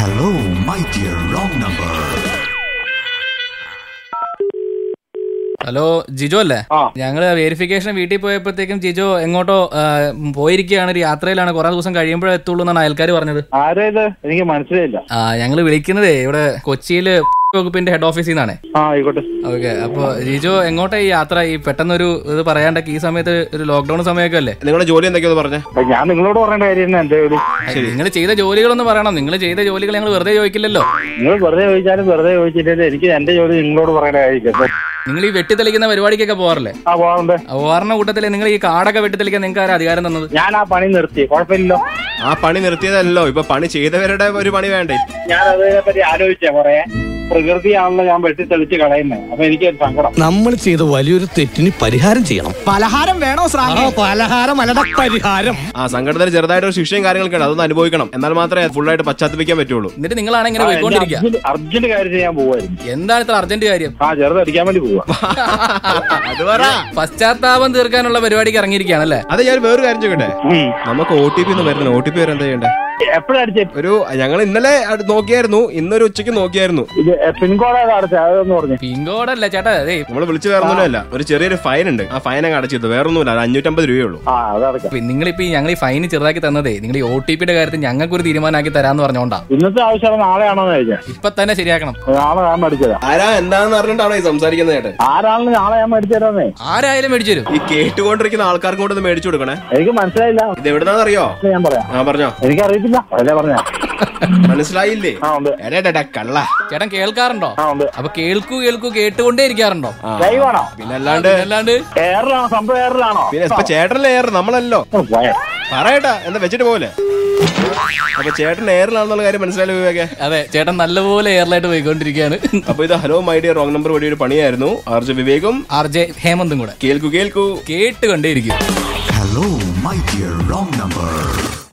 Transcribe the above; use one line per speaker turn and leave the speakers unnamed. Hello, my dear wrong number.
Hello Jijo അല്ലേ
ആ.
ഞങ്ങള് വെരിഫിക്കേഷൻ വീട്ടിൽ പോയപ്പോഴത്തേക്കും ജിജോ എങ്ങോട്ടോ ആ, പോയിരിക്കുകയാണ് ഒരു യാത്രയിലാണ് കുറെ ദിവസം കഴിയുമ്പോഴേ എത്തുള്ളൂ എന്നാണ് അയൽക്കാർ പറഞ്ഞത്
ആരാ ഇത് എനിക്ക് മനസ്സിലായില്ല
ആ ഞങ്ങൾ വിളിക്കുന്നതേ ഇവിടെ കൊച്ചിയില് വകുപ്പിന്റെ ഹെഡ് ഓഫീസിൽ നിന്നാണ്
ആ ആയിക്കോട്ടെ
ഓക്കെ അപ്പൊ ജിജോ എങ്ങോട്ടാ ഈ യാത്ര ഈ പെട്ടെന്നൊരു ഇത് പറയാണ്ടൊക്കെ ഈ സമയത്ത് ഒരു ലോക്ക്ഡൌൺ സമയമൊക്കെ അല്ലേ
നിങ്ങളുടെ ജോലി എന്തൊക്കെയാന്ന് പറഞ്ഞേ
അപ്പൊ ഞാൻ നിങ്ങളോട് പറയേണ്ട കാര്യം തന്നെ എന്റെ ഒരു
നിങ്ങൾ ചെയ്ത ജോലികളൊന്ന് പറയണം നിങ്ങൾ ചെയ്ത ജോലികൾ ഞങ്ങൾ വെറുതെ ചോദിക്കില്ലല്ലോ
നിങ്ങൾ വെറുതെ ചോദിച്ചാലും വെറുതെ ചോദിച്ചില്ലെങ്കിൽ എനിക്ക് എന്റെ ജോലി നിങ്ങളോട് പറയേണ്ട കാര്യമില്ല
നിങ്ങൾ ഈ വെട്ടിത്തെളിക്കുന്ന പരിപാടിക്കൊക്കെ പോകാറില്ലേ
ആ പോകാറുണ്ട്
ആ, ഓർണ കൂട്ടത്തില് നിങ്ങൾ ഈ കാടൊക്കെ വെട്ടിത്തെളിക്കാൻ നിങ്ങൾക്ക് ആരാ അധികാരം തന്നത്
ഞാൻ ആ പണി നിർത്തി കുഴപ്പമില്ലല്ലോ
ആ പണി നിർത്തിയതല്ലോ ഇപ്പൊ പണി ചെയ്തവരുടെ ഒരു പണി വേണ്ടേ
ഞാൻ അതിനെ പറ്റി ആലോചിച്ച കൊറേ പ്രകൃതിയാണല്ലോ ഞാൻ വെട്ടി തെളിച്ച് കളയുന്നത് അപ്പൊ എനിക്ക് ഒരു സങ്കടം
നമ്മൾ ചെയ്ത വലിയൊരു തെറ്റിന് പരിഹാരം ചെയ്യണം
പലഹാരം വേണോ ശ്രാങ്ക്
പലഹാരം അല്ലട പരിഹാരം
ആ സംഘടനയിൽ ചെറുതായിട്ട് ഒരു ശിക്ഷയും കാര്യങ്ങളൊക്കെ ഉണ്ട് അതൊന്ന് അനുഭവിക്കണം എന്നാൽ മാത്രമേ ഫുള്ളായിട്ട് പശ്ചാത്തപിക്കാൻ പറ്റുള്ളൂ
എന്നിട്ട് നിങ്ങളാണ് ഇങ്ങനെ
ആ, എന്റെ
പോയിക്കൊണ്ടിരിക്കുക
അർജന്റ്- അർജന്റ് കാര്യത്തിൽ ഞാൻ പോവായിരുന്നു
എന്താണ് ഇത്ര അർജന്റ് കാര്യം
ആ ചെറുതടിക്കാൻ വേണ്ടി പോവാ
അത് പറ
പശ്ചാത്താപം തീർക്കാനുള്ള പരിപാടിക്ക് ഇറങ്ങിയിരിക്കുകയാണല്ലേ
അത് ഞാൻ വേറൊരു കാര്യം ചോദിക്കട്ടെ
ഉം.
നമുക്ക് ഒ ടി പി ഒന്നും വരുന്നില്ല ഒ ടി പി വരെ എന്താ ചെയ്യണ്ടേ
എപ്പോഴാ അടിച്ചേ
ഒരു ഞങ്ങൾ ഇന്നലെ അത് നോക്കിയായിരുന്നു ഇന്നൊരു ഉച്ചയ്ക്ക് നോക്കിയായിരുന്നു
ഇത് പിൻകോഡ് ഏതാ അടച്ചേ അതൊന്ന് പറഞ്ഞു
പിങ്കോടല്ല ചേട്ടാ അതേ
നമ്മൾ വിളിച്ചു വേറൊന്നുമില്ല ഒരു ചെറിയൊരു ഫൈൻ ഉണ്ട് ആ ഫൈൻ അങ്ങ് അടച്ചിരുന്നു വേറൊന്നുമില്ല അത് അഞ്ഞൂറ്റമ്പത് രൂപയേ ഉള്ളൂ
ആ അത് അടക്കാം
നിങ്ങളിപ്പോ ഈ ഞങ്ങൾ ഈ ഫൈൻ ചെറുതാക്കി തന്നതേ നിങ്ങൾ ഈ ഒ ടി പിയുടെ കാര്യത്തിൽ ഞങ്ങൾക്കൊരു തീരുമാനമാക്കി തരാന്ന് പറഞ്ഞോണ്ടാ
ഇന്നത്തെ ആവശ്യമാണ് നാളെയാണോന്ന് ചോദിച്ചാൽ
ഇപ്പൊ തന്നെ ശരിയാക്കണം
നാളെ ഞാൻ മേടിച്ചതാ
ആരാ എന്താന്ന് അറിഞ്ഞിട്ടാണോ ഈ സംസാരിക്കുന്നത് ചേട്ടൻ
ആരാണെന്ന് നാളെ ഞാൻ മേടിച്ചതരാന്നേ
ആരായാലും മേടിച്ചു തരും
ഈ കേട്ടുകൊണ്ടിരിക്കുന്ന ആൾക്കാർക്കും കൂടെ ഒന്ന് മേടിച്ചു കൊടുക്കണേ
എനിക്ക് മനസ്സിലായില്ല
ഇത് എവിടുന്നാണെന്നറിയോ
ഞാൻ പറയാം
ആ പറഞ്ഞോ
എനിക്കറിയത്തില്ല അതല്ലേ പറഞ്ഞ
മനസ്സിലായില്ലേ
ആ ഉണ്ട്
എടേടേടാ, കള്ള
ചേട്ടൻ കേൾക്കാറുണ്ടോ
ആ ഉണ്ട്
അപ്പൊ കേൾക്കൂ കേൾക്കൂ കേട്ടുകൊണ്ടേ ഇരിക്കാറുണ്ടോ
ആ.
ദൈവമാണോ
പിന്നെ അല്ലാണ്ട്
അല്ലാണ്ട്
എയറിലാണോ സംഭവം എയറിലാണോ
പിന്നെ ഇപ്പൊ ചേട്ടനല്ലേ ഏറ് നമ്മളല്ലോ
ഓ, പോയ.
പറയട്ടാ എന്താ വെച്ചിട്ട് പോലെ അപ്പൊ ചേട്ടൻ ഏറിലാണെന്നുള്ള കാര്യം മനസ്സിലായില്ല വിവേകെ
അതെ ചേട്ടൻ നല്ലപോലെ എയർലൈറ്റ് പോയിക്കൊണ്ടിരിക്കുകയാണ്
അപ്പൊ ഇത് hello my dear wrong number വഴി ഒരു പണിയായിരുന്നു ആർജ വിവേകും
ആർ ജെ ഹേമന്തും കൂടെ
കേൾക്കൂ കേൾക്കൂ
കേട്ടുകൊണ്ടേയിരിക്കും
Hello, my dear wrong number.